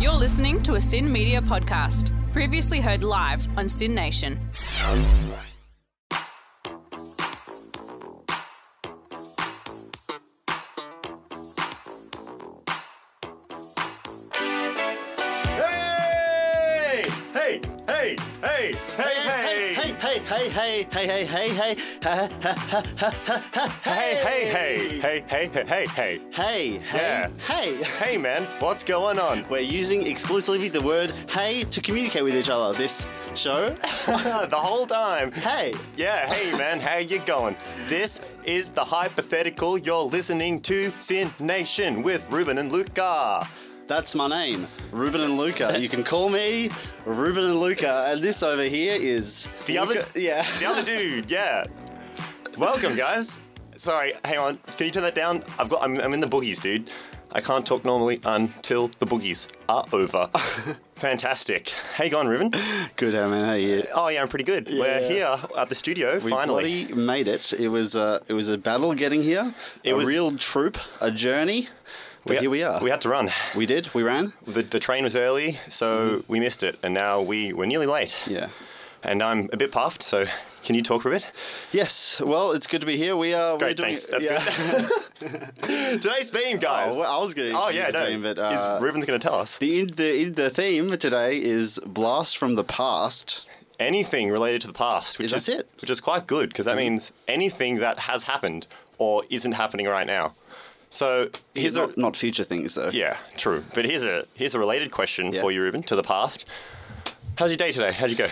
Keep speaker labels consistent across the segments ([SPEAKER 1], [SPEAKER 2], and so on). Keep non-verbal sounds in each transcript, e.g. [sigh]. [SPEAKER 1] You're listening to a Sin Media podcast, previously heard live on Sin Nation.
[SPEAKER 2] Hey! Hey! Hey! Hey! Hey! Hey!
[SPEAKER 3] hey, hey, hey, hey, hey, hey, hey, hey,
[SPEAKER 2] Hey! Hey! Hey! Hey! Hey! Hey! Hey! Hey!
[SPEAKER 3] hey,
[SPEAKER 2] Yeah.
[SPEAKER 3] hey, hey.
[SPEAKER 2] Hey, man! What's going on? [laughs]
[SPEAKER 3] We're using exclusively the word hey to communicate with each other this
[SPEAKER 2] [laughs]
[SPEAKER 3] show.
[SPEAKER 2] the whole time.
[SPEAKER 3] Hey,
[SPEAKER 2] Yeah. Hey, man. How you going? This is the hypothetical. You're listening to Sin Nation with Ruben and Luca.
[SPEAKER 3] that's my name, Ruben and Luca. You can call me Ruben and Luca, and this over here is
[SPEAKER 2] The
[SPEAKER 3] Luca-
[SPEAKER 2] other-
[SPEAKER 3] Yeah.
[SPEAKER 2] The other dude. Yeah. Welcome, guys. Sorry. Hang on. Can you turn that down? I've got. I'm, I'm in the boogies, dude. I can't talk normally until the boogies are
[SPEAKER 3] [laughs]
[SPEAKER 2] over. Fantastic. How you going, Ruben?
[SPEAKER 3] Good, I mean, hey, yeah.
[SPEAKER 2] Oh yeah, I'm pretty good. We're here at the studio
[SPEAKER 3] We
[SPEAKER 2] finally.
[SPEAKER 3] bloody made it. It was a it was a battle getting here.
[SPEAKER 2] It
[SPEAKER 3] a
[SPEAKER 2] was-
[SPEAKER 3] real troop, a journey. But
[SPEAKER 2] ha-
[SPEAKER 3] here we are.
[SPEAKER 2] We had to run.
[SPEAKER 3] we did. We ran.
[SPEAKER 2] The, the train was early, so we missed it, and now we were nearly late.
[SPEAKER 3] Mm-hmm. Yeah.
[SPEAKER 2] And I'm a bit puffed, so can you talk for a bit?
[SPEAKER 3] Yes. Well, it's good to be here. We are.
[SPEAKER 2] Great,
[SPEAKER 3] we're doing,
[SPEAKER 2] thanks. That's
[SPEAKER 3] yeah.
[SPEAKER 2] good. [laughs] Today's theme, guys.
[SPEAKER 3] [laughs] Oh, well, I was going to.
[SPEAKER 2] Oh, yeah, no.
[SPEAKER 3] Theme, but
[SPEAKER 2] is-
[SPEAKER 3] uh,
[SPEAKER 2] Ruben's going to tell us
[SPEAKER 3] the in- the in- the theme today is blast from the past.
[SPEAKER 2] anything related to the past, which
[SPEAKER 3] That's
[SPEAKER 2] is
[SPEAKER 3] it. Mm-hmm.
[SPEAKER 2] which is quite good because that means anything that has happened or isn't happening right now. So here's a,
[SPEAKER 3] not, not future things though.
[SPEAKER 2] Yeah, true. But here's a here's a related question
[SPEAKER 3] Yeah.
[SPEAKER 2] for you, Ruben, to the past. How's your day today? How'd you go?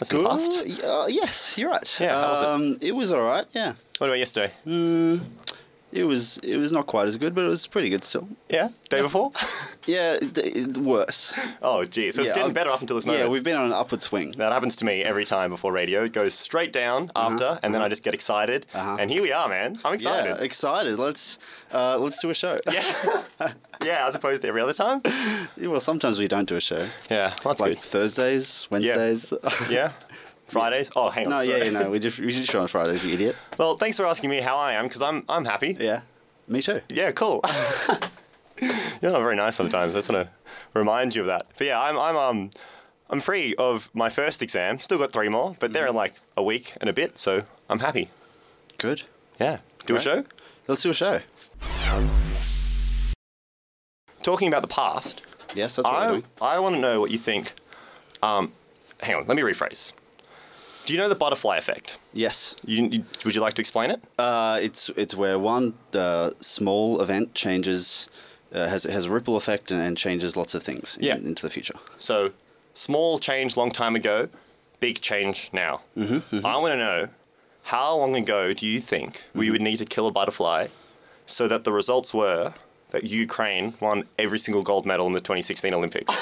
[SPEAKER 2] That's in the past.
[SPEAKER 3] Uh, y- uh, yes, you're right.
[SPEAKER 2] Yeah, how was it?
[SPEAKER 3] um, it? was all right. Yeah,
[SPEAKER 2] What about yesterday?
[SPEAKER 3] it was. It was not quite as good, but it was pretty good still.
[SPEAKER 2] Yeah, day
[SPEAKER 3] [laughs]
[SPEAKER 2] before.
[SPEAKER 3] Yeah, it,
[SPEAKER 2] [laughs]
[SPEAKER 3] it, worse.
[SPEAKER 2] oh, gee. So it's
[SPEAKER 3] Yeah,
[SPEAKER 2] getting
[SPEAKER 3] I've-
[SPEAKER 2] better up until this moment.
[SPEAKER 3] yeah, we've been on an upward swing.
[SPEAKER 2] That happens to me every time before radio. It goes straight down after, and then I just get excited.
[SPEAKER 3] Uh-huh.
[SPEAKER 2] And here we are, man. I'm excited.
[SPEAKER 3] Yeah, excited. Let's uh, let's do a show.
[SPEAKER 2] yeah.
[SPEAKER 3] [laughs]
[SPEAKER 2] yeah, as opposed to every other time.
[SPEAKER 3] well, sometimes we don't do a show.
[SPEAKER 2] Yeah, well, that's
[SPEAKER 3] Like
[SPEAKER 2] good.
[SPEAKER 3] Thursdays, Wednesdays.
[SPEAKER 2] Yeah. Fridays. Oh, hang on.
[SPEAKER 3] no, yeah,
[SPEAKER 2] sorry.
[SPEAKER 3] yeah, no. We just we should show on Fridays, you idiot.
[SPEAKER 2] [laughs] Well, thanks for asking me how I am because I'm I'm happy.
[SPEAKER 3] Yeah. Me too.
[SPEAKER 2] Yeah, cool. [laughs] You're not very nice sometimes. I just want to remind you of that. But yeah, I'm I'm um I'm free of my first exam. Still got three more, but
[SPEAKER 3] Mm-hmm.
[SPEAKER 2] they're in like a week and a bit, so I'm happy.
[SPEAKER 3] Good.
[SPEAKER 2] Yeah. Do a
[SPEAKER 3] Right.
[SPEAKER 2] show?
[SPEAKER 3] Let's do a show.
[SPEAKER 2] Talking about the past,
[SPEAKER 3] Yes, that's what we're
[SPEAKER 2] I
[SPEAKER 3] doing.
[SPEAKER 2] I want to know what you think. Um, hang on, let me rephrase. Do you know the butterfly effect?
[SPEAKER 3] Yes.
[SPEAKER 2] You, you, would you like to explain it?
[SPEAKER 3] Uh, it's it's where one uh, small event changes, uh, has has a ripple effect and, and changes lots of things in-
[SPEAKER 2] Yeah.
[SPEAKER 3] into the future.
[SPEAKER 2] So, small change long time ago, big change now.
[SPEAKER 3] Mm-hmm,
[SPEAKER 2] I want to know how long ago do you think
[SPEAKER 3] Mm-hmm.
[SPEAKER 2] we would need to kill a butterfly so that the results were that Ukraine won every single gold medal in the 2016
[SPEAKER 3] [laughs]
[SPEAKER 2] Olympics?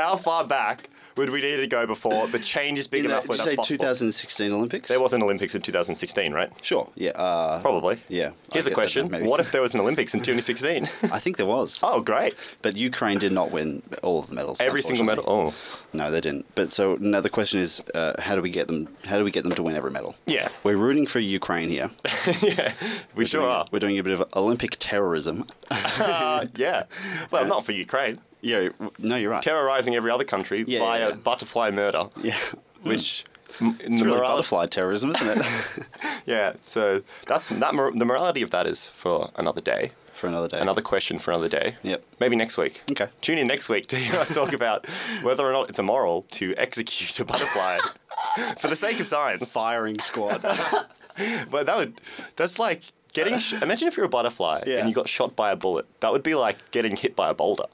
[SPEAKER 2] how far back would we need to go before the change is big
[SPEAKER 3] Did
[SPEAKER 2] enough where
[SPEAKER 3] you
[SPEAKER 2] that's
[SPEAKER 3] say
[SPEAKER 2] possible?
[SPEAKER 3] 2016 Olympics?
[SPEAKER 2] There was an Olympics in 2016, right?
[SPEAKER 3] Sure. Yeah. Uh,
[SPEAKER 2] Probably.
[SPEAKER 3] Yeah, I
[SPEAKER 2] Here's a
[SPEAKER 3] get that
[SPEAKER 2] question:
[SPEAKER 3] now, maybe.
[SPEAKER 2] What if there was an Olympics in
[SPEAKER 3] [laughs]
[SPEAKER 2] 2016?
[SPEAKER 3] I think there was.
[SPEAKER 2] oh, great!
[SPEAKER 3] But Ukraine did not win all of the medals.
[SPEAKER 2] Every single medal.
[SPEAKER 3] unfortunately.
[SPEAKER 2] Oh,
[SPEAKER 3] No, they didn't. But so now the question is, uh, how do we get them? How do we get them to win every medal?
[SPEAKER 2] Yeah.
[SPEAKER 3] We're rooting for Ukraine here.
[SPEAKER 2] we sure are.
[SPEAKER 3] We're doing a bit of Olympic terrorism. [laughs]
[SPEAKER 2] Uh, yeah. Well, not for Ukraine.
[SPEAKER 3] yeah. w- No, you're right.
[SPEAKER 2] Terrorizing every other country
[SPEAKER 3] Yeah,
[SPEAKER 2] via
[SPEAKER 3] yeah, yeah.
[SPEAKER 2] butterfly murder.
[SPEAKER 3] [laughs] yeah.
[SPEAKER 2] Which. m-
[SPEAKER 3] It's
[SPEAKER 2] the
[SPEAKER 3] really
[SPEAKER 2] moral-
[SPEAKER 3] butterfly terrorism, isn't it?
[SPEAKER 2] [laughs]
[SPEAKER 3] [laughs]
[SPEAKER 2] Yeah. So that's that. Mor- the morality of that is for another day.
[SPEAKER 3] For another day.
[SPEAKER 2] Another question for another day.
[SPEAKER 3] Yep.
[SPEAKER 2] Maybe next week.
[SPEAKER 3] Okay.
[SPEAKER 2] Tune in next week to hear us
[SPEAKER 3] [laughs]
[SPEAKER 2] talk about whether or not it's immoral to execute a butterfly [laughs] for the sake of science.
[SPEAKER 3] firing [laughs] squad. Uh,
[SPEAKER 2] But that would, that's like getting, sh- imagine if you're a butterfly
[SPEAKER 3] Yeah.
[SPEAKER 2] and you got shot by a bullet. That would be like getting hit by a boulder.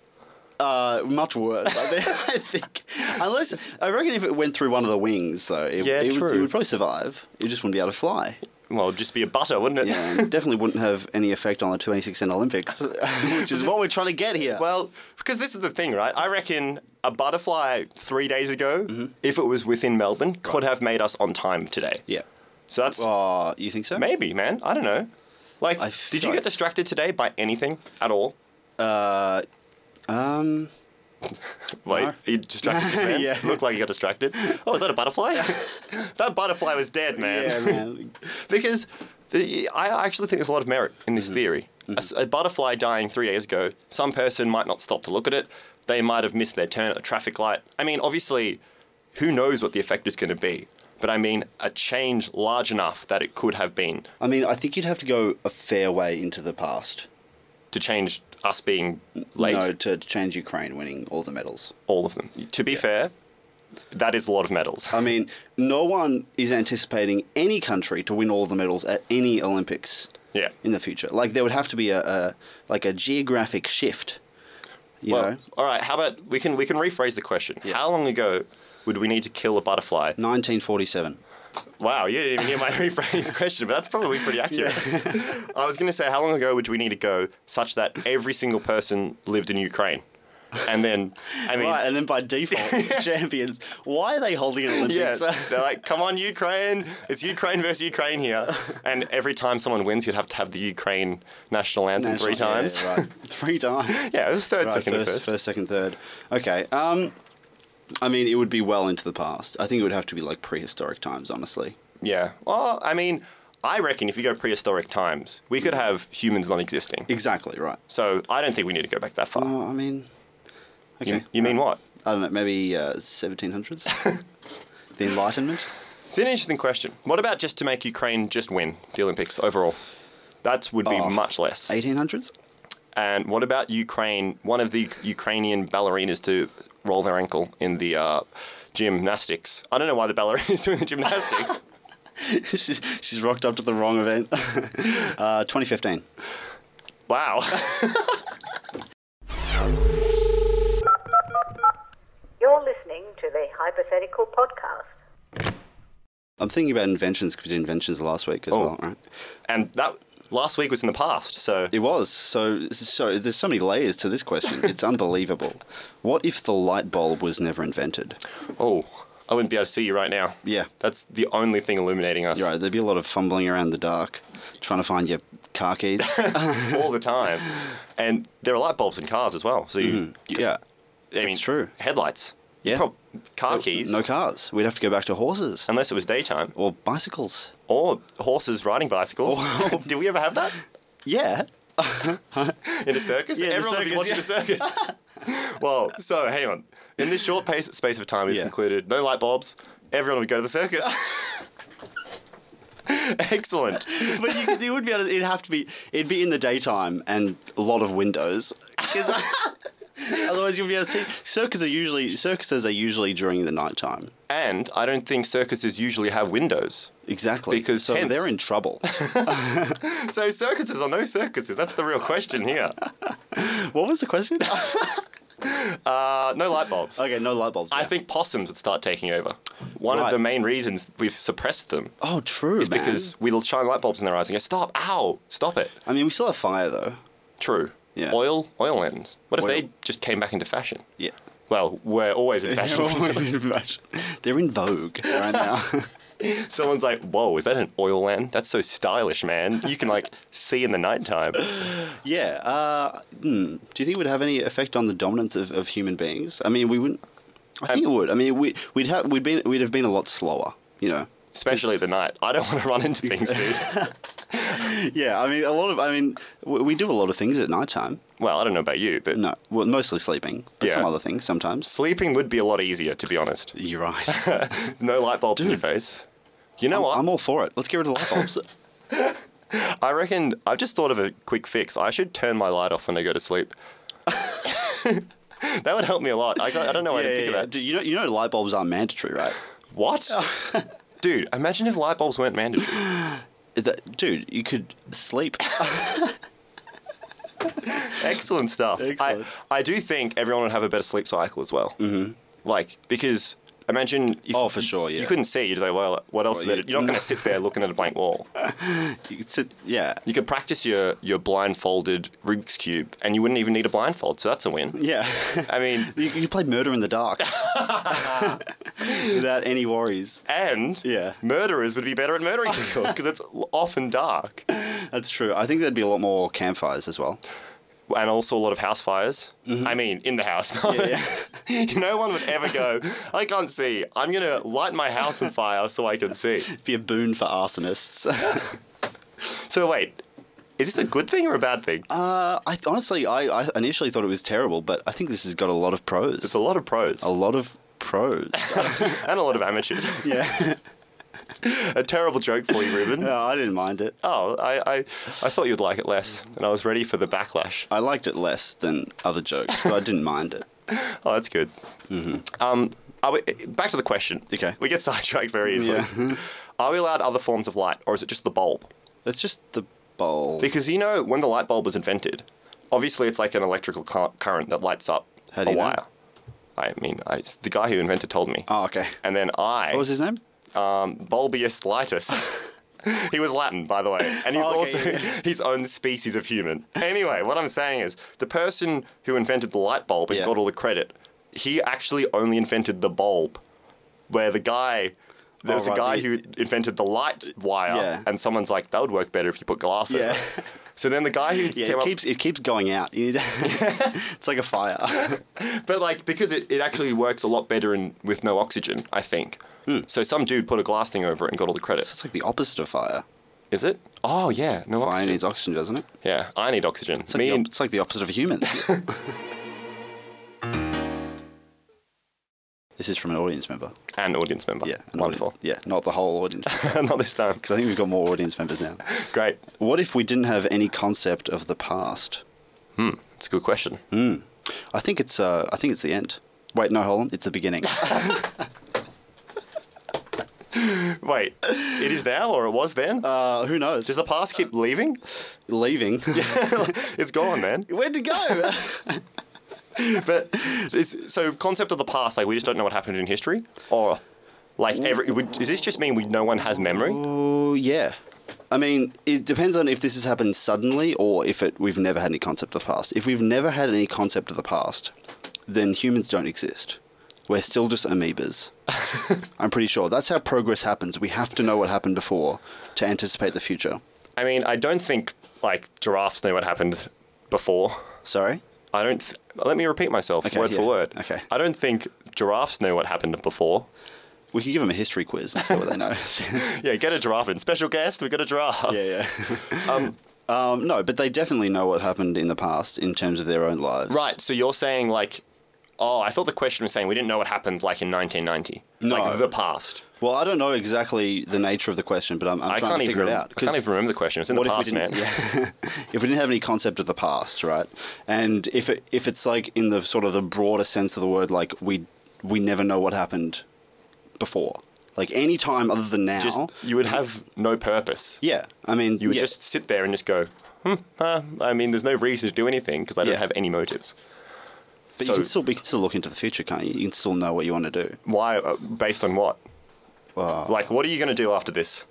[SPEAKER 3] uh, much worse. I think, [laughs] I think. Unless I reckon if it went through one of the wings, though, it,
[SPEAKER 2] Yeah,
[SPEAKER 3] it, Would,
[SPEAKER 2] true.
[SPEAKER 3] it would probably survive. It just wouldn't be able to fly.
[SPEAKER 2] Well, it'd just be a butter, wouldn't it?
[SPEAKER 3] Yeah, [laughs] and definitely wouldn't have any effect on the 2016 Olympics, [laughs] which is what we're trying to get here.
[SPEAKER 2] Well, because this is the thing, right? I reckon a butterfly three days ago,
[SPEAKER 3] Mm-hmm.
[SPEAKER 2] if it was within Melbourne, could have made us on time today.
[SPEAKER 3] yeah.
[SPEAKER 2] So that's
[SPEAKER 3] Uh, you think so?
[SPEAKER 2] maybe, man. I don't know. Like,
[SPEAKER 3] I
[SPEAKER 2] did
[SPEAKER 3] feel
[SPEAKER 2] you
[SPEAKER 3] like- Uh,
[SPEAKER 2] get distracted today by anything at all? [laughs]
[SPEAKER 3] Um,
[SPEAKER 2] Like,
[SPEAKER 3] No.
[SPEAKER 2] you distracted just then?
[SPEAKER 3] [laughs] Yeah.
[SPEAKER 2] Looked like you got distracted. Oh, is that a
[SPEAKER 3] [laughs]
[SPEAKER 2] butterfly? that butterfly was dead, man.
[SPEAKER 3] yeah, man. Mm-hmm.
[SPEAKER 2] because the, I actually think there's a lot of merit in this theory. A s- A, butterfly dying three days ago, some person might not stop to look at it. They might have missed their turn at a traffic light. I mean, obviously, who knows what the effect is going to be? But I mean, a change large enough that it could have been
[SPEAKER 3] I mean, I think you'd have to go a fair way into the past.
[SPEAKER 2] to change us being late,
[SPEAKER 3] No, to change Ukraine winning all the medals.
[SPEAKER 2] all of them. To be fair, that is a lot of medals.
[SPEAKER 3] I mean, no one is anticipating any country to win all the medals at any Olympics
[SPEAKER 2] Yeah.
[SPEAKER 3] in the future. Like there would have to be a, a like a geographic shift. You
[SPEAKER 2] Well,
[SPEAKER 3] know,
[SPEAKER 2] all right. How about we can we can rephrase the question? How long ago would we need to kill a butterfly?
[SPEAKER 3] 1947.
[SPEAKER 2] Wow, you didn't even hear my [laughs] rephrase question, but that's probably pretty accurate.
[SPEAKER 3] [laughs]
[SPEAKER 2] I was going to say, how long ago would we need to go such that every single person lived in Ukraine? And then, I mean,
[SPEAKER 3] Right, and then by [laughs] default, champions. Why are they holding an
[SPEAKER 2] yeah,
[SPEAKER 3] Olympics? [laughs]
[SPEAKER 2] they're like, come on, Ukraine, it's Ukraine versus Ukraine
[SPEAKER 3] [laughs]
[SPEAKER 2] here. And every time someone wins, you'd have to have the Ukraine national anthem
[SPEAKER 3] National-
[SPEAKER 2] three
[SPEAKER 3] yeah,
[SPEAKER 2] times. Yeah, [laughs]
[SPEAKER 3] right. Three times.
[SPEAKER 2] it was third,
[SPEAKER 3] Right,
[SPEAKER 2] second, and
[SPEAKER 3] first,
[SPEAKER 2] first.
[SPEAKER 3] first, second, third. Okay. Um, I mean, it would be well into the past. I think it would have to be like prehistoric times, honestly.
[SPEAKER 2] Yeah. Well, I mean, I reckon if you go prehistoric times, we
[SPEAKER 3] Mm.
[SPEAKER 2] could have humans non existing.
[SPEAKER 3] Exactly right.
[SPEAKER 2] So I don't think we need to go back that far.
[SPEAKER 3] Oh, I mean, okay.
[SPEAKER 2] You, you mean what?
[SPEAKER 3] I don't know. Maybe uh, [laughs] 1700s. the Enlightenment.
[SPEAKER 2] It's an interesting question. What about just to make Ukraine just win the Olympics overall? That would be
[SPEAKER 3] Oh.
[SPEAKER 2] much less.
[SPEAKER 3] 1800s.
[SPEAKER 2] And what about Ukraine? One of the Ukrainian ballerinas to roll their ankle in the uh, gymnastics. I don't know why the [laughs] ballerina's doing the
[SPEAKER 3] [laughs]
[SPEAKER 2] gymnastics.
[SPEAKER 3] she's, [laughs] she's rocked up to the wrong [laughs] event. uh, 2015.
[SPEAKER 2] wow. [laughs]
[SPEAKER 4] You're listening to the Hypothetical Podcast.
[SPEAKER 3] I'm thinking about inventions because inventions last week as well, right?
[SPEAKER 2] and that last week was in the past. So
[SPEAKER 3] It was so so. There's so many layers to this [laughs] question. It's unbelievable. What if the light bulb was never invented?
[SPEAKER 2] oh, I wouldn't be able to see you right now.
[SPEAKER 3] Yeah.
[SPEAKER 2] That's the only thing illuminating us
[SPEAKER 3] You're right. There'd be a lot of fumbling around in the dark, trying to find your car [laughs] keys.
[SPEAKER 2] all the
[SPEAKER 3] [laughs]
[SPEAKER 2] time. And there are light bulbs in cars as well. So you,
[SPEAKER 3] yeah,
[SPEAKER 2] I mean,
[SPEAKER 3] Mm-hmm. true.
[SPEAKER 2] Headlights.
[SPEAKER 3] Yeah.
[SPEAKER 2] Prob- car keys.
[SPEAKER 3] no cars. We'd have to go back to horses
[SPEAKER 2] unless it was daytime,
[SPEAKER 3] or bicycles.
[SPEAKER 2] or horses riding bicycles. [laughs] Did we ever have that
[SPEAKER 3] Yeah.
[SPEAKER 2] in a circus?
[SPEAKER 3] Yeah, in the
[SPEAKER 2] Everyone would be watching
[SPEAKER 3] circus,
[SPEAKER 2] the circus.
[SPEAKER 3] [laughs]
[SPEAKER 2] well, so hang on. In this short pace, space of time, we've
[SPEAKER 3] Yeah.
[SPEAKER 2] included no light bulbs. Everyone would go to the
[SPEAKER 3] [laughs]
[SPEAKER 2] circus. [laughs] Excellent.
[SPEAKER 3] But you, could- you would be able to, it'd have to be, it'd be in the daytime and a lot of windows. 'Cause [laughs] otherwise you'll be able to see, circuses are usually, circuses are usually during the nighttime.
[SPEAKER 2] And I don't think circuses usually have windows.
[SPEAKER 3] Exactly.
[SPEAKER 2] Because
[SPEAKER 3] so
[SPEAKER 2] hence-
[SPEAKER 3] they're in
[SPEAKER 2] [laughs]
[SPEAKER 3] trouble.
[SPEAKER 2] So circuses or no circuses? That's the real question here.
[SPEAKER 3] what was the question?
[SPEAKER 2] Uh, no light bulbs.
[SPEAKER 3] okay, no light bulbs.
[SPEAKER 2] I
[SPEAKER 3] now.
[SPEAKER 2] think possums would start taking over. One
[SPEAKER 3] Right.
[SPEAKER 2] of the main reasons we've suppressed them
[SPEAKER 3] Oh, true.
[SPEAKER 2] is because we'll shine light bulbs in their eyes and go, stop, ow, stop it.
[SPEAKER 3] I mean, we still have fire though.
[SPEAKER 2] True.
[SPEAKER 3] Yeah.
[SPEAKER 2] Oil, oil ends. What if
[SPEAKER 3] Oil.
[SPEAKER 2] they just came back into fashion?
[SPEAKER 3] Yeah.
[SPEAKER 2] Well, we're always
[SPEAKER 3] [laughs]
[SPEAKER 2] in fashion.
[SPEAKER 3] They're in vogue right now.
[SPEAKER 2] [laughs] Someone's like, whoa, is that an oil lamp? That's so stylish, man. You can,
[SPEAKER 3] [laughs]
[SPEAKER 2] like, see in the nighttime.
[SPEAKER 3] yeah. Uh, hmm. Do you think it would have any effect on the dominance of, of human beings? I mean, we wouldn't. I think it would. I mean, we, we'd have we'd been we'd have been a lot slower. You know.
[SPEAKER 2] Especially at the night. I don't [laughs] want to run into things, dude.
[SPEAKER 3] [laughs] Yeah. I mean, a lot of. I mean, we, we do a lot of things at night time.
[SPEAKER 2] Well, I don't know about you, but
[SPEAKER 3] No, well, mostly sleeping, but
[SPEAKER 2] Yeah.
[SPEAKER 3] some other things sometimes.
[SPEAKER 2] sleeping would be a lot easier, to be honest. [laughs]
[SPEAKER 3] You're right.
[SPEAKER 2] No light bulbs in your face. You know what?
[SPEAKER 3] I'm all for it. Let's get rid of
[SPEAKER 2] [laughs]
[SPEAKER 3] light bulbs.
[SPEAKER 2] I reckon I've just thought of a quick fix. I should turn my light off when I go to
[SPEAKER 3] [laughs]
[SPEAKER 2] sleep. [laughs] that would help me a lot. I, got, Oh, I don't know why I didn't think of that.
[SPEAKER 3] Do You know, you know, light bulbs aren't mandatory, right? Oh.
[SPEAKER 2] What? [laughs] Dude, imagine if light bulbs weren't mandatory.
[SPEAKER 3] Is that- dude, you could
[SPEAKER 2] [laughs]
[SPEAKER 3] sleep.
[SPEAKER 2] Excellent stuff.
[SPEAKER 3] [laughs] Excellent.
[SPEAKER 2] I, I do think everyone would have a better sleep cycle as well. Mm-hmm. Like, because imagine if
[SPEAKER 3] Oh, for sure, yeah.
[SPEAKER 2] you couldn't see, you'd say, well, what else? is
[SPEAKER 3] Well,
[SPEAKER 2] there?
[SPEAKER 3] you-
[SPEAKER 2] You're not
[SPEAKER 3] [laughs]
[SPEAKER 2] going to sit there looking at a blank wall.
[SPEAKER 3] you could sit. Yeah.
[SPEAKER 2] You could practice your, your blindfolded Rubik's Cube and you wouldn't even need a blindfold, so that's a
[SPEAKER 3] [laughs]
[SPEAKER 2] win.
[SPEAKER 3] Yeah.
[SPEAKER 2] I mean,
[SPEAKER 3] you, you play Murder in
[SPEAKER 2] [laughs]
[SPEAKER 3] the Dark [laughs] without any worries.
[SPEAKER 2] and
[SPEAKER 3] Yeah.
[SPEAKER 2] murderers would be better at murdering people
[SPEAKER 3] [laughs]
[SPEAKER 2] because it's l- often dark
[SPEAKER 3] That's true. I think there'd be a lot more campfires as well.
[SPEAKER 2] and also a lot of house fires.
[SPEAKER 3] Mm-hmm.
[SPEAKER 2] I mean, in the house. [laughs] no one would ever go, I can't see. I'm going to light my house on fire so I can see.
[SPEAKER 3] It'd be a boon for arsonists.
[SPEAKER 2] So, wait, Is this a good thing or a bad thing?
[SPEAKER 3] Uh, [laughs] I honestly, I, I initially thought it was terrible, but I think this has got a lot of
[SPEAKER 2] There's
[SPEAKER 3] pros.
[SPEAKER 2] a lot of pros
[SPEAKER 3] A lot of pros.
[SPEAKER 2] [laughs] and a lot of amateurs.
[SPEAKER 3] [laughs] yeah.
[SPEAKER 2] [laughs] a terrible joke for you, Ruben.
[SPEAKER 3] No, I didn't mind it.
[SPEAKER 2] Oh, I, I, I thought you'd like it less, and I was ready for the backlash.
[SPEAKER 3] I liked it less than other jokes, but I didn't mind it.
[SPEAKER 2] Oh, that's good. Um, are we, back to the question.
[SPEAKER 3] Mm-hmm. Okay.
[SPEAKER 2] We get sidetracked very easily.
[SPEAKER 3] Yeah. [laughs]
[SPEAKER 2] are we allowed other forms of light, or is it just the bulb?
[SPEAKER 3] It's just the bowl.
[SPEAKER 2] Because you know, when the light bulb was invented, obviously it's like an electrical cur- current that lights up
[SPEAKER 3] How do
[SPEAKER 2] a
[SPEAKER 3] you know?
[SPEAKER 2] wire. I mean, I, it's the guy who invented told me.
[SPEAKER 3] Oh, okay.
[SPEAKER 2] And then I
[SPEAKER 3] What was his name?
[SPEAKER 2] um, Bulbius litus. [laughs] he was Latin, by the way, and he's
[SPEAKER 3] Oh, Okay,
[SPEAKER 2] also
[SPEAKER 3] yeah,
[SPEAKER 2] [laughs] his own species of human. Anyway, what I'm saying is the person who invented the light bulb and
[SPEAKER 3] Yeah.
[SPEAKER 2] got all the credit, he actually only invented the bulb, where the guy. There
[SPEAKER 3] Oh,
[SPEAKER 2] was a
[SPEAKER 3] right,
[SPEAKER 2] guy
[SPEAKER 3] the-
[SPEAKER 2] who invented the light wire,
[SPEAKER 3] Yeah.
[SPEAKER 2] and someone's like, "That would work better if you put glass in."
[SPEAKER 3] Yeah.
[SPEAKER 2] it." [laughs] So then the guy who
[SPEAKER 3] [laughs]
[SPEAKER 2] came
[SPEAKER 3] Yeah, it
[SPEAKER 2] up,
[SPEAKER 3] keeps it keeps going out. You need
[SPEAKER 2] [laughs]
[SPEAKER 3] [laughs] it's like a fire.
[SPEAKER 2] but like because it, it actually works a lot better in, with no oxygen, I think.
[SPEAKER 3] Hmm.
[SPEAKER 2] So some dude put a glass thing over it and got all the credit.
[SPEAKER 3] It's like the opposite of fire.
[SPEAKER 2] Is it? Oh yeah, no
[SPEAKER 3] Fire
[SPEAKER 2] oxygen.
[SPEAKER 3] needs oxygen, doesn't it?
[SPEAKER 2] Yeah, I need oxygen.
[SPEAKER 3] It's like,
[SPEAKER 2] Me
[SPEAKER 3] the, op-
[SPEAKER 2] and
[SPEAKER 3] it's like the opposite
[SPEAKER 2] [laughs]
[SPEAKER 3] of human. this is from an audience member.
[SPEAKER 2] an audience member.
[SPEAKER 3] Yeah, an
[SPEAKER 2] Oh, wonderful.
[SPEAKER 3] Audience, yeah, not the whole audience.
[SPEAKER 2] [laughs]
[SPEAKER 3] Because
[SPEAKER 2] Not this time.
[SPEAKER 3] I think we've got more audience members now.
[SPEAKER 2] Great.
[SPEAKER 3] What if we didn't have any concept of the past?
[SPEAKER 2] It's a good question.
[SPEAKER 3] I think it's uh, I think it's the end. Wait, no, hold on. It's the beginning.
[SPEAKER 2] [laughs] Wait, it is now or it was then?
[SPEAKER 3] Uh, who knows?
[SPEAKER 2] Does
[SPEAKER 3] Just
[SPEAKER 2] the past keep leaving?
[SPEAKER 3] leaving.
[SPEAKER 2] it's gone, man.
[SPEAKER 3] [laughs] Where'd it go?
[SPEAKER 2] [laughs] But it's, so concept of the past, like we just don't know what happened in history, or like every. Would, does this just mean we no one has memory?
[SPEAKER 3] Oh yeah. I mean, it depends on if this has happened suddenly or if it we've never had any concept of the past. If we've never had any concept of the past, then humans don't exist. We're still
[SPEAKER 2] [laughs]
[SPEAKER 3] just amoebas. I'm pretty sure that's how progress happens. We have to know what happened before to anticipate the future.
[SPEAKER 2] I mean, I don't think like giraffes know what happened before.
[SPEAKER 3] Sorry.
[SPEAKER 2] I don't. Th- let me repeat myself
[SPEAKER 3] Okay,
[SPEAKER 2] word for
[SPEAKER 3] yeah.
[SPEAKER 2] word.
[SPEAKER 3] Okay.
[SPEAKER 2] I don't think giraffes know what happened before.
[SPEAKER 3] We could give them a history quiz and see what
[SPEAKER 2] [laughs]
[SPEAKER 3] they know. [laughs]
[SPEAKER 2] Yeah, get a giraffe in. Special guest, we got a giraffe.
[SPEAKER 3] yeah, yeah. Um, um, no, but they definitely know what happened in the past in terms of their own lives.
[SPEAKER 2] Right. So you're saying like, oh, I thought the question was saying we didn't know what happened like in 1990,
[SPEAKER 3] No.
[SPEAKER 2] like the past.
[SPEAKER 3] Well, I don't know exactly the nature of the question, but I'm, I'm
[SPEAKER 2] I
[SPEAKER 3] trying
[SPEAKER 2] can't
[SPEAKER 3] to
[SPEAKER 2] even.
[SPEAKER 3] figure it
[SPEAKER 2] rem-
[SPEAKER 3] out.
[SPEAKER 2] I can't
[SPEAKER 3] 'cause-
[SPEAKER 2] even remember the question. It's in the past,
[SPEAKER 3] if we didn't,
[SPEAKER 2] man. [laughs]
[SPEAKER 3] Yeah. [laughs] if we didn't have any concept of the past, right? And if it, if it's like in the sort of the broader sense of the word, like we we never know what happened before, like any time other than now.
[SPEAKER 2] Just you would have no purpose.
[SPEAKER 3] yeah, I mean,
[SPEAKER 2] You would
[SPEAKER 3] yeah.
[SPEAKER 2] just sit there and just go. Hmm, uh, I mean, there's no reason to do anything because I don't
[SPEAKER 3] Yeah.
[SPEAKER 2] have any motives.
[SPEAKER 3] But
[SPEAKER 2] so-
[SPEAKER 3] you can still we can still look into the future, can't you? You can still know what you want to do. Oh,
[SPEAKER 2] Why? Uh, based on what? like, what are you going to do after this?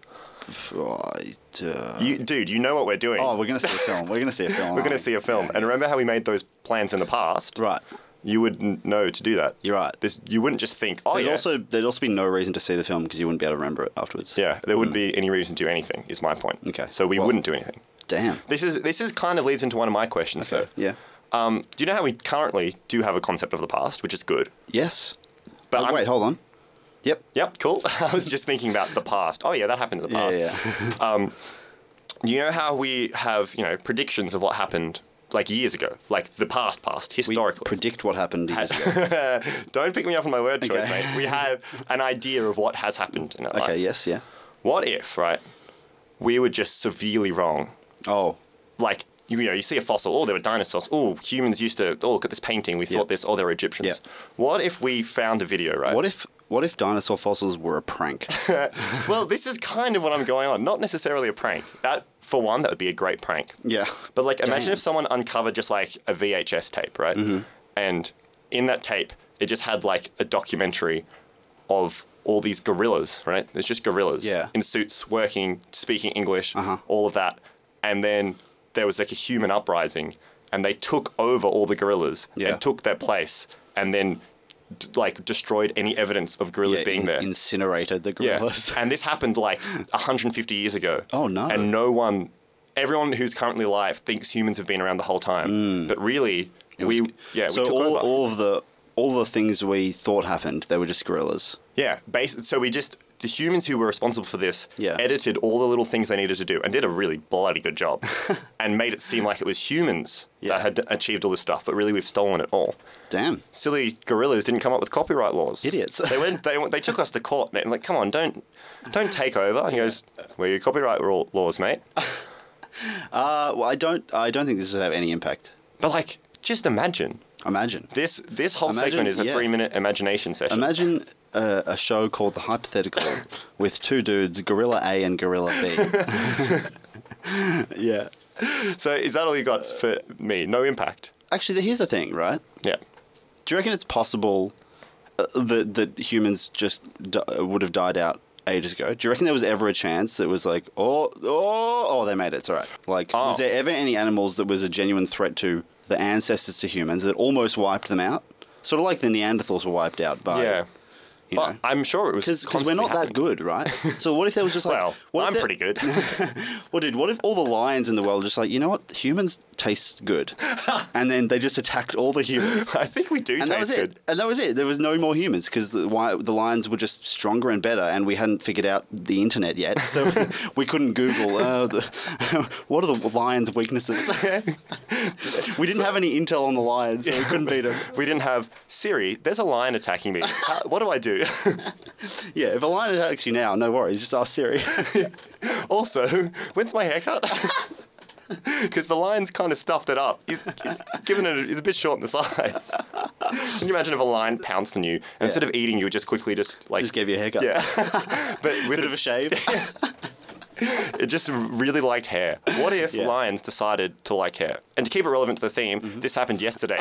[SPEAKER 3] Right. uh,
[SPEAKER 2] You, dude, you know what we're doing.
[SPEAKER 3] oh, we're gonna see a film. We're gonna see a
[SPEAKER 2] [laughs]
[SPEAKER 3] film.
[SPEAKER 2] we're going to see a film. And remember how we made those plans in the past?
[SPEAKER 3] right.
[SPEAKER 2] You wouldn't know to do that.
[SPEAKER 3] You're right.
[SPEAKER 2] This, you wouldn't just think, oh,
[SPEAKER 3] There's
[SPEAKER 2] yeah.
[SPEAKER 3] also there'd also be no reason to see the film because you wouldn't be able to remember it afterwards.
[SPEAKER 2] Yeah, there wouldn't be any reason to do anything. Is my point.
[SPEAKER 3] Mm. Okay,
[SPEAKER 2] So we
[SPEAKER 3] well-
[SPEAKER 2] wouldn't do anything.
[SPEAKER 3] Damn.
[SPEAKER 2] This is this is kind of leads into one of my questions though.
[SPEAKER 3] Yeah.
[SPEAKER 2] Um, do you know how we currently do have a concept of the past, which is good?
[SPEAKER 3] Yes.
[SPEAKER 2] But
[SPEAKER 3] Oh,
[SPEAKER 2] I'm-
[SPEAKER 3] wait, hold on. Yep.
[SPEAKER 2] Yep, cool. [laughs] I was just thinking about the past. Oh yeah, that happened in the past.
[SPEAKER 3] Yeah, yeah. [laughs]
[SPEAKER 2] You know how we have you know predictions of what happened like years ago, like the past, past
[SPEAKER 3] We
[SPEAKER 2] historically. [laughs]
[SPEAKER 3] predict what happened years ago.
[SPEAKER 2] Don't pick me up on my word choice,
[SPEAKER 3] Okay.
[SPEAKER 2] mate. We have an idea of what has happened in our life.
[SPEAKER 3] Okay, yes, yeah.
[SPEAKER 2] What if, right? We were just severely wrong
[SPEAKER 3] Oh,
[SPEAKER 2] like you, you know, you see a fossil. Oh, there were dinosaurs. Oh, humans used to. Oh, look at this painting. We
[SPEAKER 3] Yep.
[SPEAKER 2] thought this. Oh, they were Egyptians.
[SPEAKER 3] Yep.
[SPEAKER 2] What if we found a video, right?
[SPEAKER 3] what if what if dinosaur fossils were a prank?
[SPEAKER 2] well, this is kind of what I'm going on. Not necessarily a prank. That, for one, that would be a great prank.
[SPEAKER 3] [laughs] [laughs] yeah.
[SPEAKER 2] But like, imagine
[SPEAKER 3] Damn. Mm-hmm.
[SPEAKER 2] if someone uncovered just like a VHS tape, right? And in that tape, it just had like a documentary of all these gorillas, right? It's just gorillas
[SPEAKER 3] Yeah.
[SPEAKER 2] in suits, working, speaking English,
[SPEAKER 3] Uh-huh.
[SPEAKER 2] all of that. And then there was like a human uprising, and they took over all the gorillas
[SPEAKER 3] Yeah.
[SPEAKER 2] and took their place, and then d- like destroyed any evidence of gorillas
[SPEAKER 3] Yeah,
[SPEAKER 2] being
[SPEAKER 3] in-
[SPEAKER 2] there.
[SPEAKER 3] incinerated the
[SPEAKER 2] Yeah.
[SPEAKER 3] gorillas. [laughs]
[SPEAKER 2] And this happened like 150 years ago.
[SPEAKER 3] Oh, no.
[SPEAKER 2] And no one, everyone who's currently alive thinks humans have been around the whole time. But really, we, yeah,
[SPEAKER 3] Mm. so
[SPEAKER 2] we took
[SPEAKER 3] all,
[SPEAKER 2] over.
[SPEAKER 3] all of the all the things we thought happened, they were just gorillas.
[SPEAKER 2] yeah, bas- so we just the humans who were responsible for this
[SPEAKER 3] Yeah.
[SPEAKER 2] edited all the little things they needed to do and did a really bloody good
[SPEAKER 3] [laughs]
[SPEAKER 2] job and made it seem like it was humans
[SPEAKER 3] Yeah.
[SPEAKER 2] that had achieved all this stuff, but really we've stolen it all.
[SPEAKER 3] Damn.
[SPEAKER 2] Silly gorillas didn't come up with copyright laws.
[SPEAKER 3] Idiots.
[SPEAKER 2] they went. They, went- they took us to court, mate. I'm like, come on, don't, don't take over. He goes, "Where are your copyright ru- laws, mate?"
[SPEAKER 3] Uh, well, I don't. I don't think this would have any impact.
[SPEAKER 2] But like, just imagine
[SPEAKER 3] Imagine.
[SPEAKER 2] this. This whole
[SPEAKER 3] Imagine-
[SPEAKER 2] segment is a
[SPEAKER 3] yeah.
[SPEAKER 2] three-minute imagination session.
[SPEAKER 3] Imagine a, a show called The [laughs] Hypothetical with two dudes, Gorilla A and Gorilla [laughs] B. yeah.
[SPEAKER 2] so is that all you got for me? No impact.
[SPEAKER 3] Actually, here's the thing, right?
[SPEAKER 2] Yeah.
[SPEAKER 3] Do you reckon it's possible uh, that that humans just di- would have died out ages ago? Do you reckon there was ever a chance that was like, oh, oh, oh, they made it, it's all right. Like, was
[SPEAKER 2] Oh.
[SPEAKER 3] there ever any animals that was a genuine threat to the ancestors to humans that almost wiped them out? Sort of like the Neanderthals were wiped out by,
[SPEAKER 2] Yeah. Oh,
[SPEAKER 3] you
[SPEAKER 2] But
[SPEAKER 3] know.
[SPEAKER 2] I'm sure it was
[SPEAKER 3] Because we're not that
[SPEAKER 2] [laughs]
[SPEAKER 3] good, right? So what if there was just like,
[SPEAKER 2] Well,
[SPEAKER 3] what if
[SPEAKER 2] I'm
[SPEAKER 3] there-
[SPEAKER 2] pretty good.
[SPEAKER 3] [laughs]
[SPEAKER 2] [laughs]
[SPEAKER 3] Well, dude, what if all the lions in the world are just like, you know what, humans taste
[SPEAKER 2] [laughs]
[SPEAKER 3] good, and then they just attacked all the humans.
[SPEAKER 2] I think we do
[SPEAKER 3] And
[SPEAKER 2] taste
[SPEAKER 3] that was
[SPEAKER 2] good.
[SPEAKER 3] it. And that was it. There was no more humans because the, wi- the lions were just stronger and better, and we hadn't figured out the internet yet, so [laughs] we couldn't Google uh, the, [laughs] what are the lions' weaknesses. [laughs] we didn't have any intel on the lions, so we couldn't beat them.
[SPEAKER 2] We didn't have Siri. There's a lion
[SPEAKER 3] [laughs]
[SPEAKER 2] attacking me. How, what do I do? [laughs]
[SPEAKER 3] Yeah, if a lion attacks you now, no worries, just ask Siri.
[SPEAKER 2] [laughs] also, when's my haircut? [laughs] Because the lion's kind of stuffed it up. He's, he's given it. A, he's a bit short on the [laughs] sides. Can you imagine if a lion pounced on you and instead of eating you, it just quickly just like
[SPEAKER 3] just gave you a haircut.
[SPEAKER 2] yeah,
[SPEAKER 3] [laughs]
[SPEAKER 2] but with
[SPEAKER 3] Bit of a
[SPEAKER 2] its- [laughs]
[SPEAKER 3] shave.
[SPEAKER 2] It just really liked hair. What if
[SPEAKER 3] Yeah. Mm-hmm.
[SPEAKER 2] lions decided to like hair? And to keep it relevant to the theme, this happened
[SPEAKER 3] [laughs]
[SPEAKER 2] yesterday.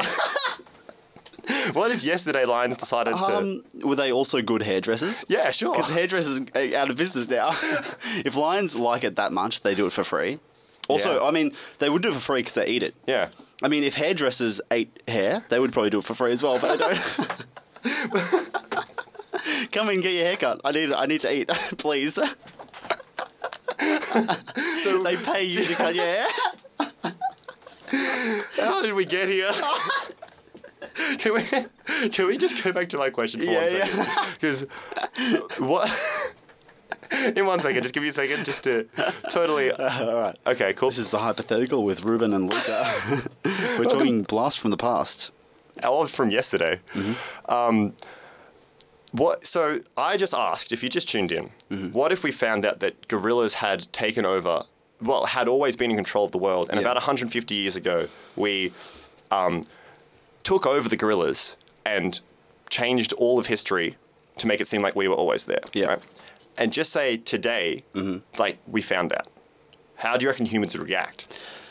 [SPEAKER 2] what if yesterday lions decided to?
[SPEAKER 3] [laughs] Um, were they also good hairdressers?
[SPEAKER 2] Yeah, sure.
[SPEAKER 3] Because hairdressers are out of
[SPEAKER 2] [laughs]
[SPEAKER 3] business now. if lions like it that much, they do it for free. Also,
[SPEAKER 2] Yeah.
[SPEAKER 3] I mean, they would do it for free because they eat it.
[SPEAKER 2] Yeah.
[SPEAKER 3] I mean, if hairdressers ate hair, they would probably do it for free as well, but I don't. [laughs] Come and get your haircut. I need. I need to eat, [laughs] please. so they pay you to cut your hair.
[SPEAKER 2] How did we get here? [laughs] can we can we just go back to my question for
[SPEAKER 3] Yeah,
[SPEAKER 2] one
[SPEAKER 3] yeah. [laughs]
[SPEAKER 2] second? Because what? [laughs] In one second, just give me a second, just to
[SPEAKER 3] [laughs]
[SPEAKER 2] totally. all right. Okay. Cool.
[SPEAKER 3] [laughs] This is the hypothetical with Ruben and Luca. [laughs] We're talking blast from the past.
[SPEAKER 2] all from yesterday. Um, what? So I just asked if you just tuned in.
[SPEAKER 3] Mm-hmm.
[SPEAKER 2] What if we found out that gorillas had taken over? Well, had always been in control of the world, and
[SPEAKER 3] Yeah.
[SPEAKER 2] about 150 years ago, we um, took over the gorillas and changed all of history to make it seem like we were always there.
[SPEAKER 3] Yeah. Mm-hmm.
[SPEAKER 2] And just say today, like we found out. How do you reckon humans would react?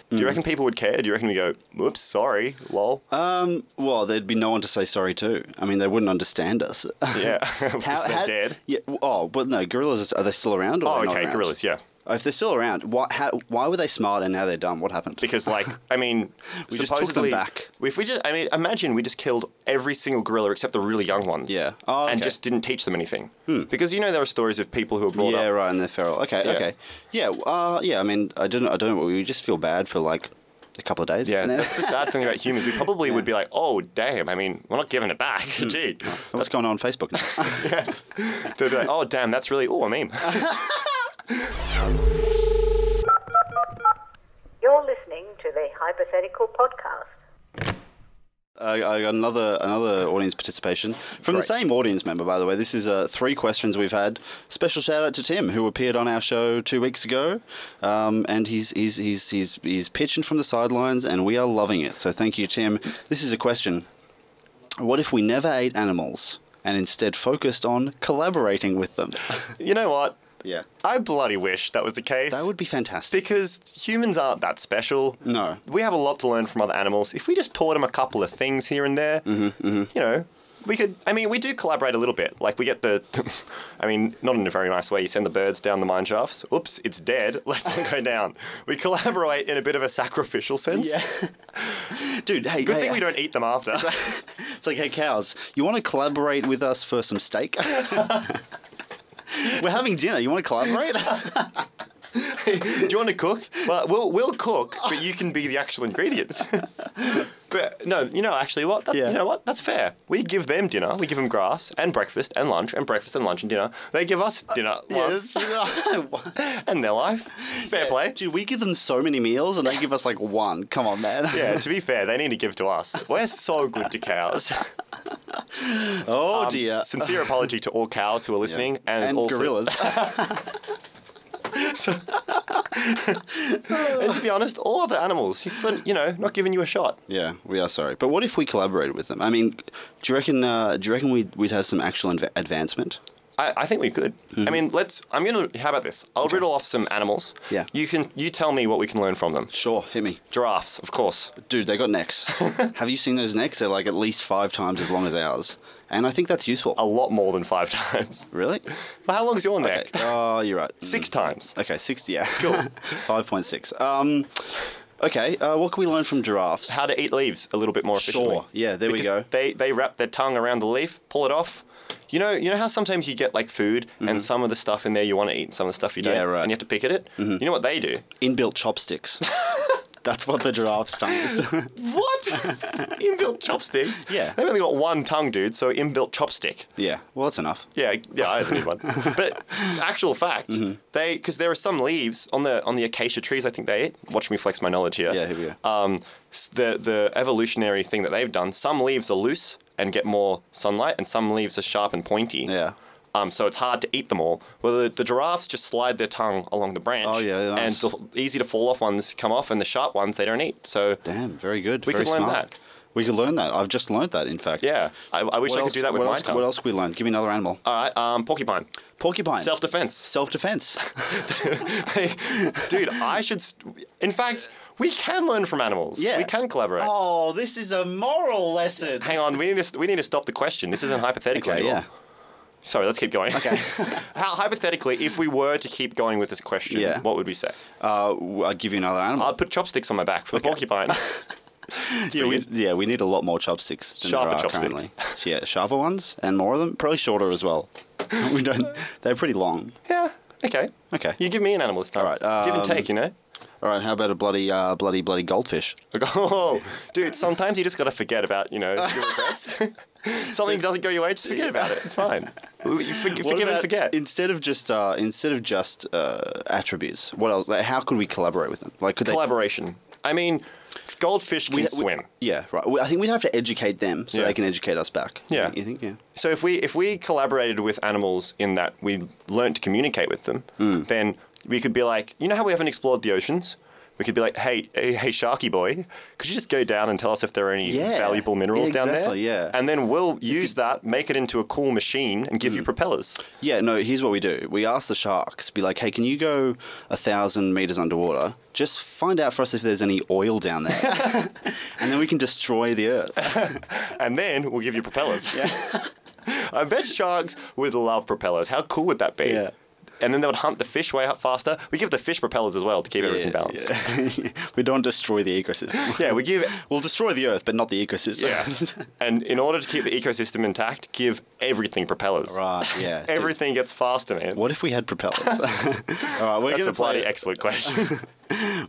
[SPEAKER 2] Do
[SPEAKER 3] Mm.
[SPEAKER 2] you reckon people would care? Do you reckon we go, "Oops, sorry, lol"?
[SPEAKER 3] Um, well, there'd be no one to say sorry to. I mean, they wouldn't understand us. [laughs]
[SPEAKER 2] Yeah, [laughs] because they're
[SPEAKER 3] how-
[SPEAKER 2] dead.
[SPEAKER 3] Yeah. w- Oh, but no, gorillas are they still around? Or
[SPEAKER 2] Oh,
[SPEAKER 3] they're not
[SPEAKER 2] okay,
[SPEAKER 3] around?
[SPEAKER 2] gorillas. Yeah,
[SPEAKER 3] Oh, if they're still around, why? How, why were they smart and now they're dumb? What happened?
[SPEAKER 2] because like I mean,
[SPEAKER 3] [laughs] We just took them
[SPEAKER 2] supposedly
[SPEAKER 3] back.
[SPEAKER 2] If we just, I mean, imagine we just killed every single gorilla except the really young ones.
[SPEAKER 3] Yeah. Oh,
[SPEAKER 2] and
[SPEAKER 3] okay. Hmm.
[SPEAKER 2] just didn't teach them anything. Because you know there are stories of people who are brought
[SPEAKER 3] yeah,
[SPEAKER 2] up.
[SPEAKER 3] right, and they're feral. Okay,
[SPEAKER 2] Yeah.
[SPEAKER 3] okay. Yeah, w- uh, yeah. I mean, I don't, I don't. know, We just feel bad for like a couple of days.
[SPEAKER 2] Yeah,
[SPEAKER 3] and
[SPEAKER 2] [laughs]
[SPEAKER 3] then-
[SPEAKER 2] that's the sad thing about humans. We
[SPEAKER 3] [laughs]
[SPEAKER 2] probably would be like, oh damn. I mean, we're not giving it back.
[SPEAKER 3] Hmm.
[SPEAKER 2] [laughs] Gee,
[SPEAKER 3] what's going on on Facebook now? [laughs]
[SPEAKER 2] they'd be like, oh damn, that's really oh a meme.
[SPEAKER 4] You're listening to the Hypothetical Podcast.
[SPEAKER 3] I, I got another another audience participation from the
[SPEAKER 2] Great.
[SPEAKER 3] same audience member, by the way. This is uh, three questions we've had. Special shout out to Tim, who appeared on our show two weeks ago, um, and he's he's he's he's he's pitching from the sidelines, and we are loving it. So thank you, Tim. This is a question: What if we never ate animals and instead focused on collaborating with
[SPEAKER 2] [laughs]
[SPEAKER 3] them?
[SPEAKER 2] you know what?
[SPEAKER 3] yeah,
[SPEAKER 2] I bloody wish that was the case.
[SPEAKER 3] that would be fantastic.
[SPEAKER 2] Because humans aren't that special.
[SPEAKER 3] No.
[SPEAKER 2] We have a lot to learn from other animals. If we just taught them a couple of things here and there,
[SPEAKER 3] Mm-hmm,
[SPEAKER 2] you know, we could. I mean, we do collaborate a little bit. Like, we get the. [laughs] I mean, not in a very nice way. You send the birds down the mine shafts. Oops, it's dead. [laughs] Let's not go down. We collaborate in a bit of a sacrificial sense.
[SPEAKER 3] Yeah. Dude, hey,
[SPEAKER 2] Good
[SPEAKER 3] hey, uh,
[SPEAKER 2] thing we don't eat them after.
[SPEAKER 3] It's like, hey, cows, you want to collaborate with us [laughs] [laughs] for some steak? We're having dinner. You want to collaborate?
[SPEAKER 2] Do you want to cook? Well, we'll we'll cook, but you can be the actual ingredients. [laughs] but no, you know actually what? That,
[SPEAKER 3] Yeah.
[SPEAKER 2] You know what? That's fair. We give them dinner. We give them grass and breakfast and lunch and breakfast and lunch and dinner. They give us
[SPEAKER 3] Uh,
[SPEAKER 2] dinner once
[SPEAKER 3] [laughs]
[SPEAKER 2] and their life. Fair play.
[SPEAKER 3] Dude, we give them so many meals and they give us like one. Come on, man.
[SPEAKER 2] Yeah. To be fair, they need to give to us. We're so good to cows.
[SPEAKER 3] Oh
[SPEAKER 2] Um, [laughs]
[SPEAKER 3] dear.
[SPEAKER 2] Sincere apology to all cows who are listening and,
[SPEAKER 3] and
[SPEAKER 2] also,
[SPEAKER 3] gorillas. [laughs]
[SPEAKER 2] And to be honest, all other animals. You couldn't- you know, not giving you a shot.
[SPEAKER 3] yeah, we are sorry. But what if we collaborated with them? I mean, do you reckon? Uh, do you reckon we'd, we'd have some actual inv- advancement?
[SPEAKER 2] I, I think we could.
[SPEAKER 3] Mm-hmm.
[SPEAKER 2] I mean, let's. I'm gonna. How about this? I'll riddle off some animals.
[SPEAKER 3] Yeah.
[SPEAKER 2] You can. You tell me what we can learn from them.
[SPEAKER 3] Sure, hit me,
[SPEAKER 2] Giraffes, of course.
[SPEAKER 3] dude. They got [laughs] necks. have you seen those necks? They're like at least five times as long as ours, and I think that's useful.
[SPEAKER 2] A lot more than five [laughs] times.
[SPEAKER 3] really?
[SPEAKER 2] But how long's your neck?
[SPEAKER 3] Oh, you're right.
[SPEAKER 2] [laughs] Six times.
[SPEAKER 3] Okay, six. Yeah, cool. [laughs] Five point six. Um, okay. Uh, what can we learn from giraffes?
[SPEAKER 2] How to eat leaves a little bit more efficiently.
[SPEAKER 3] Sure. Yeah, there we
[SPEAKER 2] Because
[SPEAKER 3] go.
[SPEAKER 2] They they wrap their tongue around the leaf, pull it off. You know, you know how sometimes you get like food and some of the stuff in there you want to eat and some of the stuff you don't
[SPEAKER 3] Mm-hmm. Yeah, right. Mm-hmm.
[SPEAKER 2] and you have to pick at it? You know what they
[SPEAKER 3] [laughs]
[SPEAKER 2] do?
[SPEAKER 3] Inbuilt
[SPEAKER 2] [laughs]
[SPEAKER 3] chopsticks. that's what the giraffe's tongue is.
[SPEAKER 2] What? [laughs] inbuilt chopsticks?
[SPEAKER 3] Yeah.
[SPEAKER 2] They've only got one tongue, dude, so inbuilt chopstick.
[SPEAKER 3] yeah. Well, that's enough.
[SPEAKER 2] Yeah, yeah, I don't need one.
[SPEAKER 3] [laughs]
[SPEAKER 2] But actual fact,
[SPEAKER 3] Mm-hmm.
[SPEAKER 2] they because there are some leaves on the on the acacia trees. I think they eat. Watch me flex my knowledge here.
[SPEAKER 3] Yeah, here we go.
[SPEAKER 2] Um, s- the the evolutionary thing that they've done. Some leaves are loose and get more sunlight, and some leaves are sharp and pointy.
[SPEAKER 3] Yeah.
[SPEAKER 2] Um, so it's hard to eat them all. Well, the, the giraffes just slide their tongue along the branch.
[SPEAKER 3] Oh, yeah, nice.
[SPEAKER 2] And the f- easy to fall off ones come off, and the sharp ones they don't eat. So
[SPEAKER 3] Damn, very good.
[SPEAKER 2] We
[SPEAKER 3] very
[SPEAKER 2] could learn
[SPEAKER 3] smart.
[SPEAKER 2] that.
[SPEAKER 3] We could learn that. I've just learned that, in fact.
[SPEAKER 2] yeah, I, I wish
[SPEAKER 3] What
[SPEAKER 2] I could
[SPEAKER 3] else-
[SPEAKER 2] do that with
[SPEAKER 3] what
[SPEAKER 2] my
[SPEAKER 3] else,
[SPEAKER 2] tongue.
[SPEAKER 3] What else could we learn? Give me another animal.
[SPEAKER 2] All right, um, porcupine,
[SPEAKER 3] Porcupine.
[SPEAKER 2] self defense.
[SPEAKER 3] Self defense.
[SPEAKER 2] [laughs] Dude, I should. St- in fact, we can learn from animals.
[SPEAKER 3] Yeah.
[SPEAKER 2] [laughs] We can collaborate.
[SPEAKER 3] oh, this is a moral lesson.
[SPEAKER 2] Hang on, we need to st- we need to stop the question. This isn't hypothetical
[SPEAKER 3] Okay,
[SPEAKER 2] anymore.
[SPEAKER 3] yeah.
[SPEAKER 2] Sorry, let's keep going. Okay. [laughs] How hypothetically, if we were to keep going with this question,
[SPEAKER 3] Yeah.
[SPEAKER 2] what would we say?
[SPEAKER 3] Uh, w- I'd give you another animal.
[SPEAKER 2] I'd put chopsticks on my back for the
[SPEAKER 3] [laughs]
[SPEAKER 2] porcupine. [laughs]
[SPEAKER 3] yeah, we, yeah, we need a lot more chopsticks than
[SPEAKER 2] Sharper
[SPEAKER 3] there are
[SPEAKER 2] chopsticks.
[SPEAKER 3] currently. [laughs] Yeah, sharper ones and more of them. Probably shorter as well. [laughs] we don't. They're pretty long.
[SPEAKER 2] yeah. Okay.
[SPEAKER 3] Okay.
[SPEAKER 2] You give me an animal this time.
[SPEAKER 3] All right,
[SPEAKER 2] Give and
[SPEAKER 3] um,
[SPEAKER 2] take, you know.
[SPEAKER 3] All right, how about a bloody, uh, bloody, bloody goldfish?
[SPEAKER 2] Like, [laughs] oh, dude. Sometimes you just gotta forget about you
[SPEAKER 3] [laughs]
[SPEAKER 2] know your regrets. [laughs] Something doesn't go your way, just forget about it. It's
[SPEAKER 3] [laughs]
[SPEAKER 2] fine. You forg-
[SPEAKER 3] What
[SPEAKER 2] forgive and
[SPEAKER 3] about-
[SPEAKER 2] forget.
[SPEAKER 3] Instead of just uh, instead of just uh, attributes, what else? Like, how could we collaborate with them? Like, could they?
[SPEAKER 2] collaboration. I mean, f- goldfish can
[SPEAKER 3] we-
[SPEAKER 2] swim.
[SPEAKER 3] Yeah, right. We- I think we'd have to educate them so
[SPEAKER 2] Yeah.
[SPEAKER 3] they can educate us back. You
[SPEAKER 2] Yeah.
[SPEAKER 3] think- You think? Yeah.
[SPEAKER 2] so if we if we collaborated with animals in that we learnt to communicate with them,
[SPEAKER 3] Hmm.
[SPEAKER 2] then we could be like, you know how we haven't explored the oceans. We could be like, hey, hey, hey, Sharky boy, could you just go down and tell us if there are any
[SPEAKER 3] Yeah.
[SPEAKER 2] valuable minerals down there?
[SPEAKER 3] Exactly, yeah.
[SPEAKER 2] And then we'll use that, make it into a cool machine, and give you
[SPEAKER 3] Hmm.
[SPEAKER 2] propellers.
[SPEAKER 3] Yeah. No. Here's what we do. We ask the sharks. Be like, hey, can you go a thousand meters underwater? Just find out for us if there's any oil down there,
[SPEAKER 2] [laughs]
[SPEAKER 3] and then we can destroy the earth.
[SPEAKER 2] And then we'll give you
[SPEAKER 3] [laughs]
[SPEAKER 2] propellers. [laughs] I bet sharks would love propellers. How cool would that be?
[SPEAKER 3] Yeah.
[SPEAKER 2] And then they would hunt the fish way up faster. We give the fish propellers as well to keep everything balanced.
[SPEAKER 3] Yeah. [laughs] we don't destroy
[SPEAKER 2] [laughs]
[SPEAKER 3] the ecosystem.
[SPEAKER 2] Yeah, we give.
[SPEAKER 3] [laughs] We'll destroy the earth, but not the ecosystem.
[SPEAKER 2] Yeah. [laughs] and in order to keep the ecosystem intact, give everything propellers.
[SPEAKER 3] [laughs] right. Yeah. dude.
[SPEAKER 2] Everything gets faster, man.
[SPEAKER 3] What if we had propellers? [laughs] All right, we're
[SPEAKER 2] That's
[SPEAKER 3] gonna
[SPEAKER 2] a bloody
[SPEAKER 3] play.
[SPEAKER 2] excellent
[SPEAKER 3] [laughs]
[SPEAKER 2] question.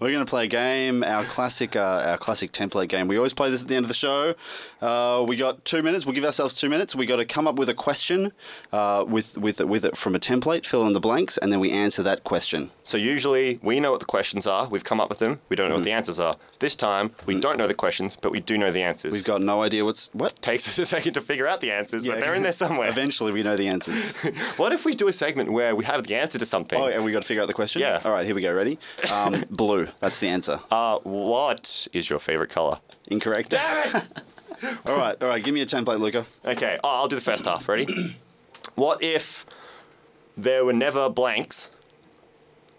[SPEAKER 3] we're gonna play a game. Our classic, uh, our classic template game. We always play this at the end of the show. Uh, we got two minutes. We'll give ourselves two minutes. We got to come up with a question, uh, with with with it from a template. Fill in the blanks, and then we answer that question.
[SPEAKER 2] so usually we know what the questions are. We've come up with them. We don't know what the
[SPEAKER 3] Mm.
[SPEAKER 2] answers are. This time we don't know the questions, but we do know the answers.
[SPEAKER 3] We've got no idea what's what.
[SPEAKER 2] Takes us a second to figure out the answers, but they're in there somewhere.
[SPEAKER 3] [laughs] Eventually, we know
[SPEAKER 2] [laughs]
[SPEAKER 3] the answers.
[SPEAKER 2] What if we do a segment where we have the answer to something?
[SPEAKER 3] oh, and we got to figure out the question.
[SPEAKER 2] Yeah.
[SPEAKER 3] All right, here we go. Ready? Um, blue. That's the answer.
[SPEAKER 2] Uh, what is your favorite color?
[SPEAKER 3] Incorrect.
[SPEAKER 2] Damn it!
[SPEAKER 3] All right. All right. Give me a template, Luca.
[SPEAKER 2] [laughs] okay, oh, I'll do the first half. Ready? [clears throat] what if there were never blanks?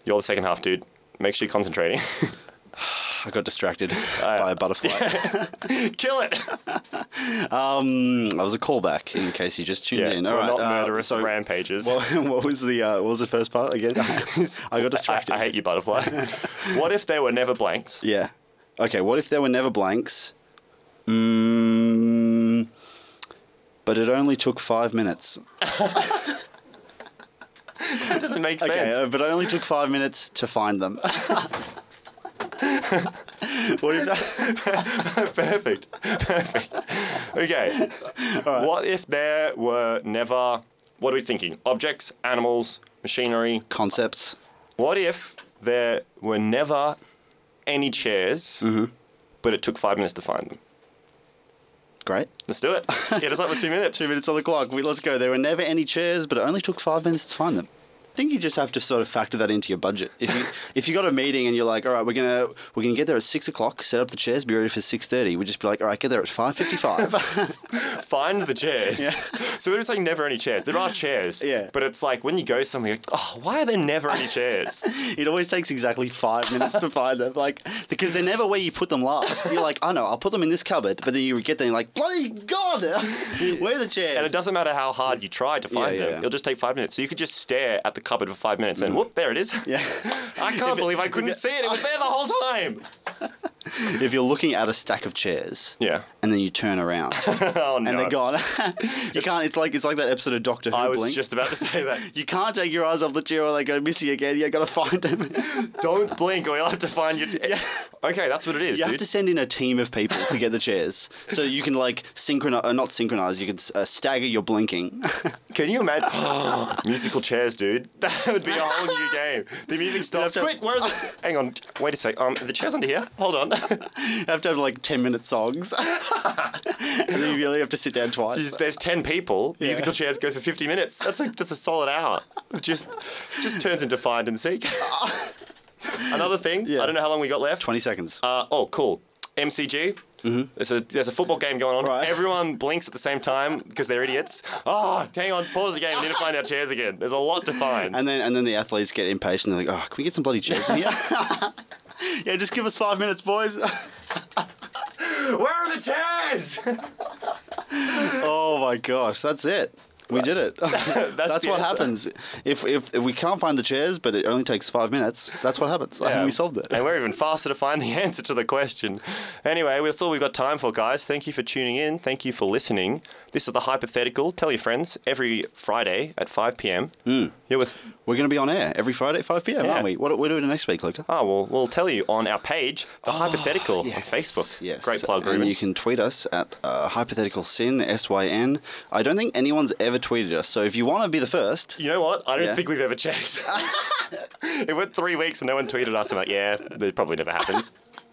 [SPEAKER 2] You're the second half, dude. Make sure you're concentrating. [laughs]
[SPEAKER 3] I got distracted by a butterfly.
[SPEAKER 2] Kill it!
[SPEAKER 3] Um, that was a callback in case you just tuned
[SPEAKER 2] Yeah,
[SPEAKER 3] in. All
[SPEAKER 2] we're
[SPEAKER 3] right,
[SPEAKER 2] not
[SPEAKER 3] uh,
[SPEAKER 2] murderous
[SPEAKER 3] so-
[SPEAKER 2] rampages.
[SPEAKER 3] What, [laughs] what was the uh, what was the first part again? I got
[SPEAKER 2] [laughs] I, [laughs]
[SPEAKER 3] distracted.
[SPEAKER 2] I hate you, butterfly.
[SPEAKER 3] [laughs]
[SPEAKER 2] what if there were never blanks?
[SPEAKER 3] yeah. Okay. What if there were never blanks? Mm, but it only took five minutes.
[SPEAKER 2] That doesn't doesn't make sense.
[SPEAKER 3] Okay, uh, but I only took five minutes to find them. [laughs] what
[SPEAKER 2] [laughs]
[SPEAKER 3] if
[SPEAKER 2] Perfect. Perfect. Okay. What if there were never, what are we thinking? Objects, animals, machinery.
[SPEAKER 3] concepts?
[SPEAKER 2] What if there were never any chairs,
[SPEAKER 3] Mm-hmm.
[SPEAKER 2] but it took five minutes to find them?
[SPEAKER 3] Great.
[SPEAKER 2] Let's do
[SPEAKER 3] [laughs]
[SPEAKER 2] it. Get us up for two minutes.
[SPEAKER 3] Two minutes on the clock. We, let's go. There were never any chairs, but it only took five minutes to find them. I think you just have to sort of factor that into your budget. If
[SPEAKER 2] [laughs]
[SPEAKER 3] you if you got a meeting and you're like, all right, we're gonna we're gonna get there at six o'clock, set up the chairs, be ready for six thirty. We just be like, all right, get there at five fifty five.
[SPEAKER 2] [laughs] Find the chairs. [laughs] So we're just like never any chairs. There are chairs.
[SPEAKER 3] Yeah.
[SPEAKER 2] But it's like when you go somewhere, you're like, oh, why are there never any
[SPEAKER 3] [laughs]
[SPEAKER 2] chairs?
[SPEAKER 3] It always takes exactly five minutes to find them, like because they're never where you put them last. You're like, I know, I'll put them in this cupboard, but then you get there, and you're like, bloody god, [laughs] where are the chairs?
[SPEAKER 2] And it doesn't matter how hard you try to find
[SPEAKER 3] Yeah,
[SPEAKER 2] them.
[SPEAKER 3] yeah. Mm-hmm.
[SPEAKER 2] It'll just take five minutes. So you could just stare at the cupboard for five minutes and whoop, there it is.
[SPEAKER 3] Yeah.
[SPEAKER 2] [laughs]
[SPEAKER 3] [laughs]
[SPEAKER 2] I can't believe I couldn't see it. It was there the whole time.
[SPEAKER 3] If you're looking at a stack of chairs,
[SPEAKER 2] Yeah.
[SPEAKER 3] and then you turn around
[SPEAKER 2] [laughs]
[SPEAKER 3] and
[SPEAKER 2] Oh no.
[SPEAKER 3] they're gone. [laughs] you can't. It's like it's like that episode of Doctor Who.
[SPEAKER 2] I was
[SPEAKER 3] Blink.
[SPEAKER 2] just about to say that.
[SPEAKER 3] You can't take your eyes off the chair or they go missing again. You gotta find
[SPEAKER 2] [laughs]
[SPEAKER 3] them.
[SPEAKER 2] Don't blink or you'll have to find
[SPEAKER 3] [laughs]
[SPEAKER 2] your. yeah. Okay, that's what it is,
[SPEAKER 3] You have
[SPEAKER 2] dude.
[SPEAKER 3] to send in a team of people to get the chairs, so you can like synchronize, uh, not synchronize. You can uh, stagger your blinking. [laughs]
[SPEAKER 2] Can you imagine? [gasps] musical chairs, dude. [laughs] That would be a whole new game. The music stops.
[SPEAKER 3] to-
[SPEAKER 2] Quick, where are
[SPEAKER 3] [laughs]
[SPEAKER 2] the. Hang on. Wait a sec. Um, are the chairs under here? Hold on. [laughs]
[SPEAKER 3] You have to have like 10 minute songs. [laughs] and then you only have to sit down twice.
[SPEAKER 2] There's, there's ten people. Musical chairs goes for fifty minutes. That's a that's a solid hour. It Just just turns into find and seek. [laughs] Another thing. I don't know how long we got left.
[SPEAKER 3] 20 seconds.
[SPEAKER 2] Uh, oh, cool. MCG. Mm-hmm. There's a there's a football game going on.
[SPEAKER 3] Right.
[SPEAKER 2] Everyone blinks at the same time because they're idiots. Oh, hang on. Pause the game. We need to find our chairs again. There's a lot to find.
[SPEAKER 3] and then and then the athletes get impatient. They're like, oh, can we get some bloody chairs in here? [laughs] yeah, just give us five minutes, boys. [laughs]
[SPEAKER 2] Where are the chairs?
[SPEAKER 3] oh my gosh, that's it. We did it. [laughs] that's
[SPEAKER 2] the
[SPEAKER 3] what
[SPEAKER 2] answer.
[SPEAKER 3] happens. If, if if we can't find the chairs, but it only takes five minutes, that's what happens. And we solved it.
[SPEAKER 2] And we're even faster to find the [laughs] answer to the question. Anyway, that's all we've got time for, guys. Thank you for tuning in. Thank you for listening. This is The Hypothetical. Tell your friends every Friday at 5 p.m. You're with,
[SPEAKER 3] We're going to be on air every Friday at 5 p.m.,
[SPEAKER 2] Yeah.
[SPEAKER 3] aren't we? What, what are we doing next week, Luca?
[SPEAKER 2] oh, well, we'll tell you on our page, The Hypothetical, on Facebook.
[SPEAKER 3] Ah, Yes.
[SPEAKER 2] Great plug,
[SPEAKER 3] And
[SPEAKER 2] Ruben.
[SPEAKER 3] you can tweet us at uh, hypothetical sin, S Y N. I don't think anyone's ever tweeted us, so if you want to be the first,
[SPEAKER 2] You know what? I don't
[SPEAKER 3] Yeah.
[SPEAKER 2] think we've ever checked. it went three weeks and no one tweeted us. I'm like, yeah, that probably never
[SPEAKER 3] [laughs]
[SPEAKER 2] happens.
[SPEAKER 3] [laughs]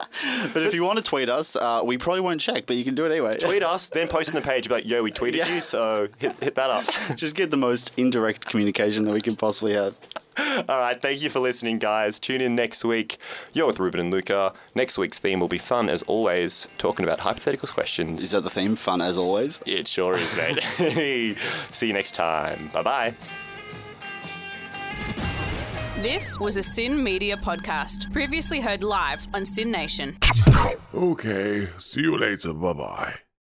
[SPEAKER 3] but if you want to tweet us, uh, we probably won't check, but you can do it anyway.
[SPEAKER 2] Tweet us, then post on the page about, yo, we tweeted
[SPEAKER 3] Yeah.
[SPEAKER 2] you, so hit, hit that up.
[SPEAKER 3] [laughs] Just get the most indirect communication that we can possibly have.
[SPEAKER 2] All right, thank you for listening, guys. Tune in next week. You're with Ruben and Luca. Next week's theme will be fun, as always, talking about hypothetical questions.
[SPEAKER 3] Is that the theme? Fun as always.
[SPEAKER 2] It sure is, mate. [laughs] See you next time. Bye bye.
[SPEAKER 1] This was a Sin Media podcast, previously heard live on Sin Nation.
[SPEAKER 5] Okay, see you later. Bye bye.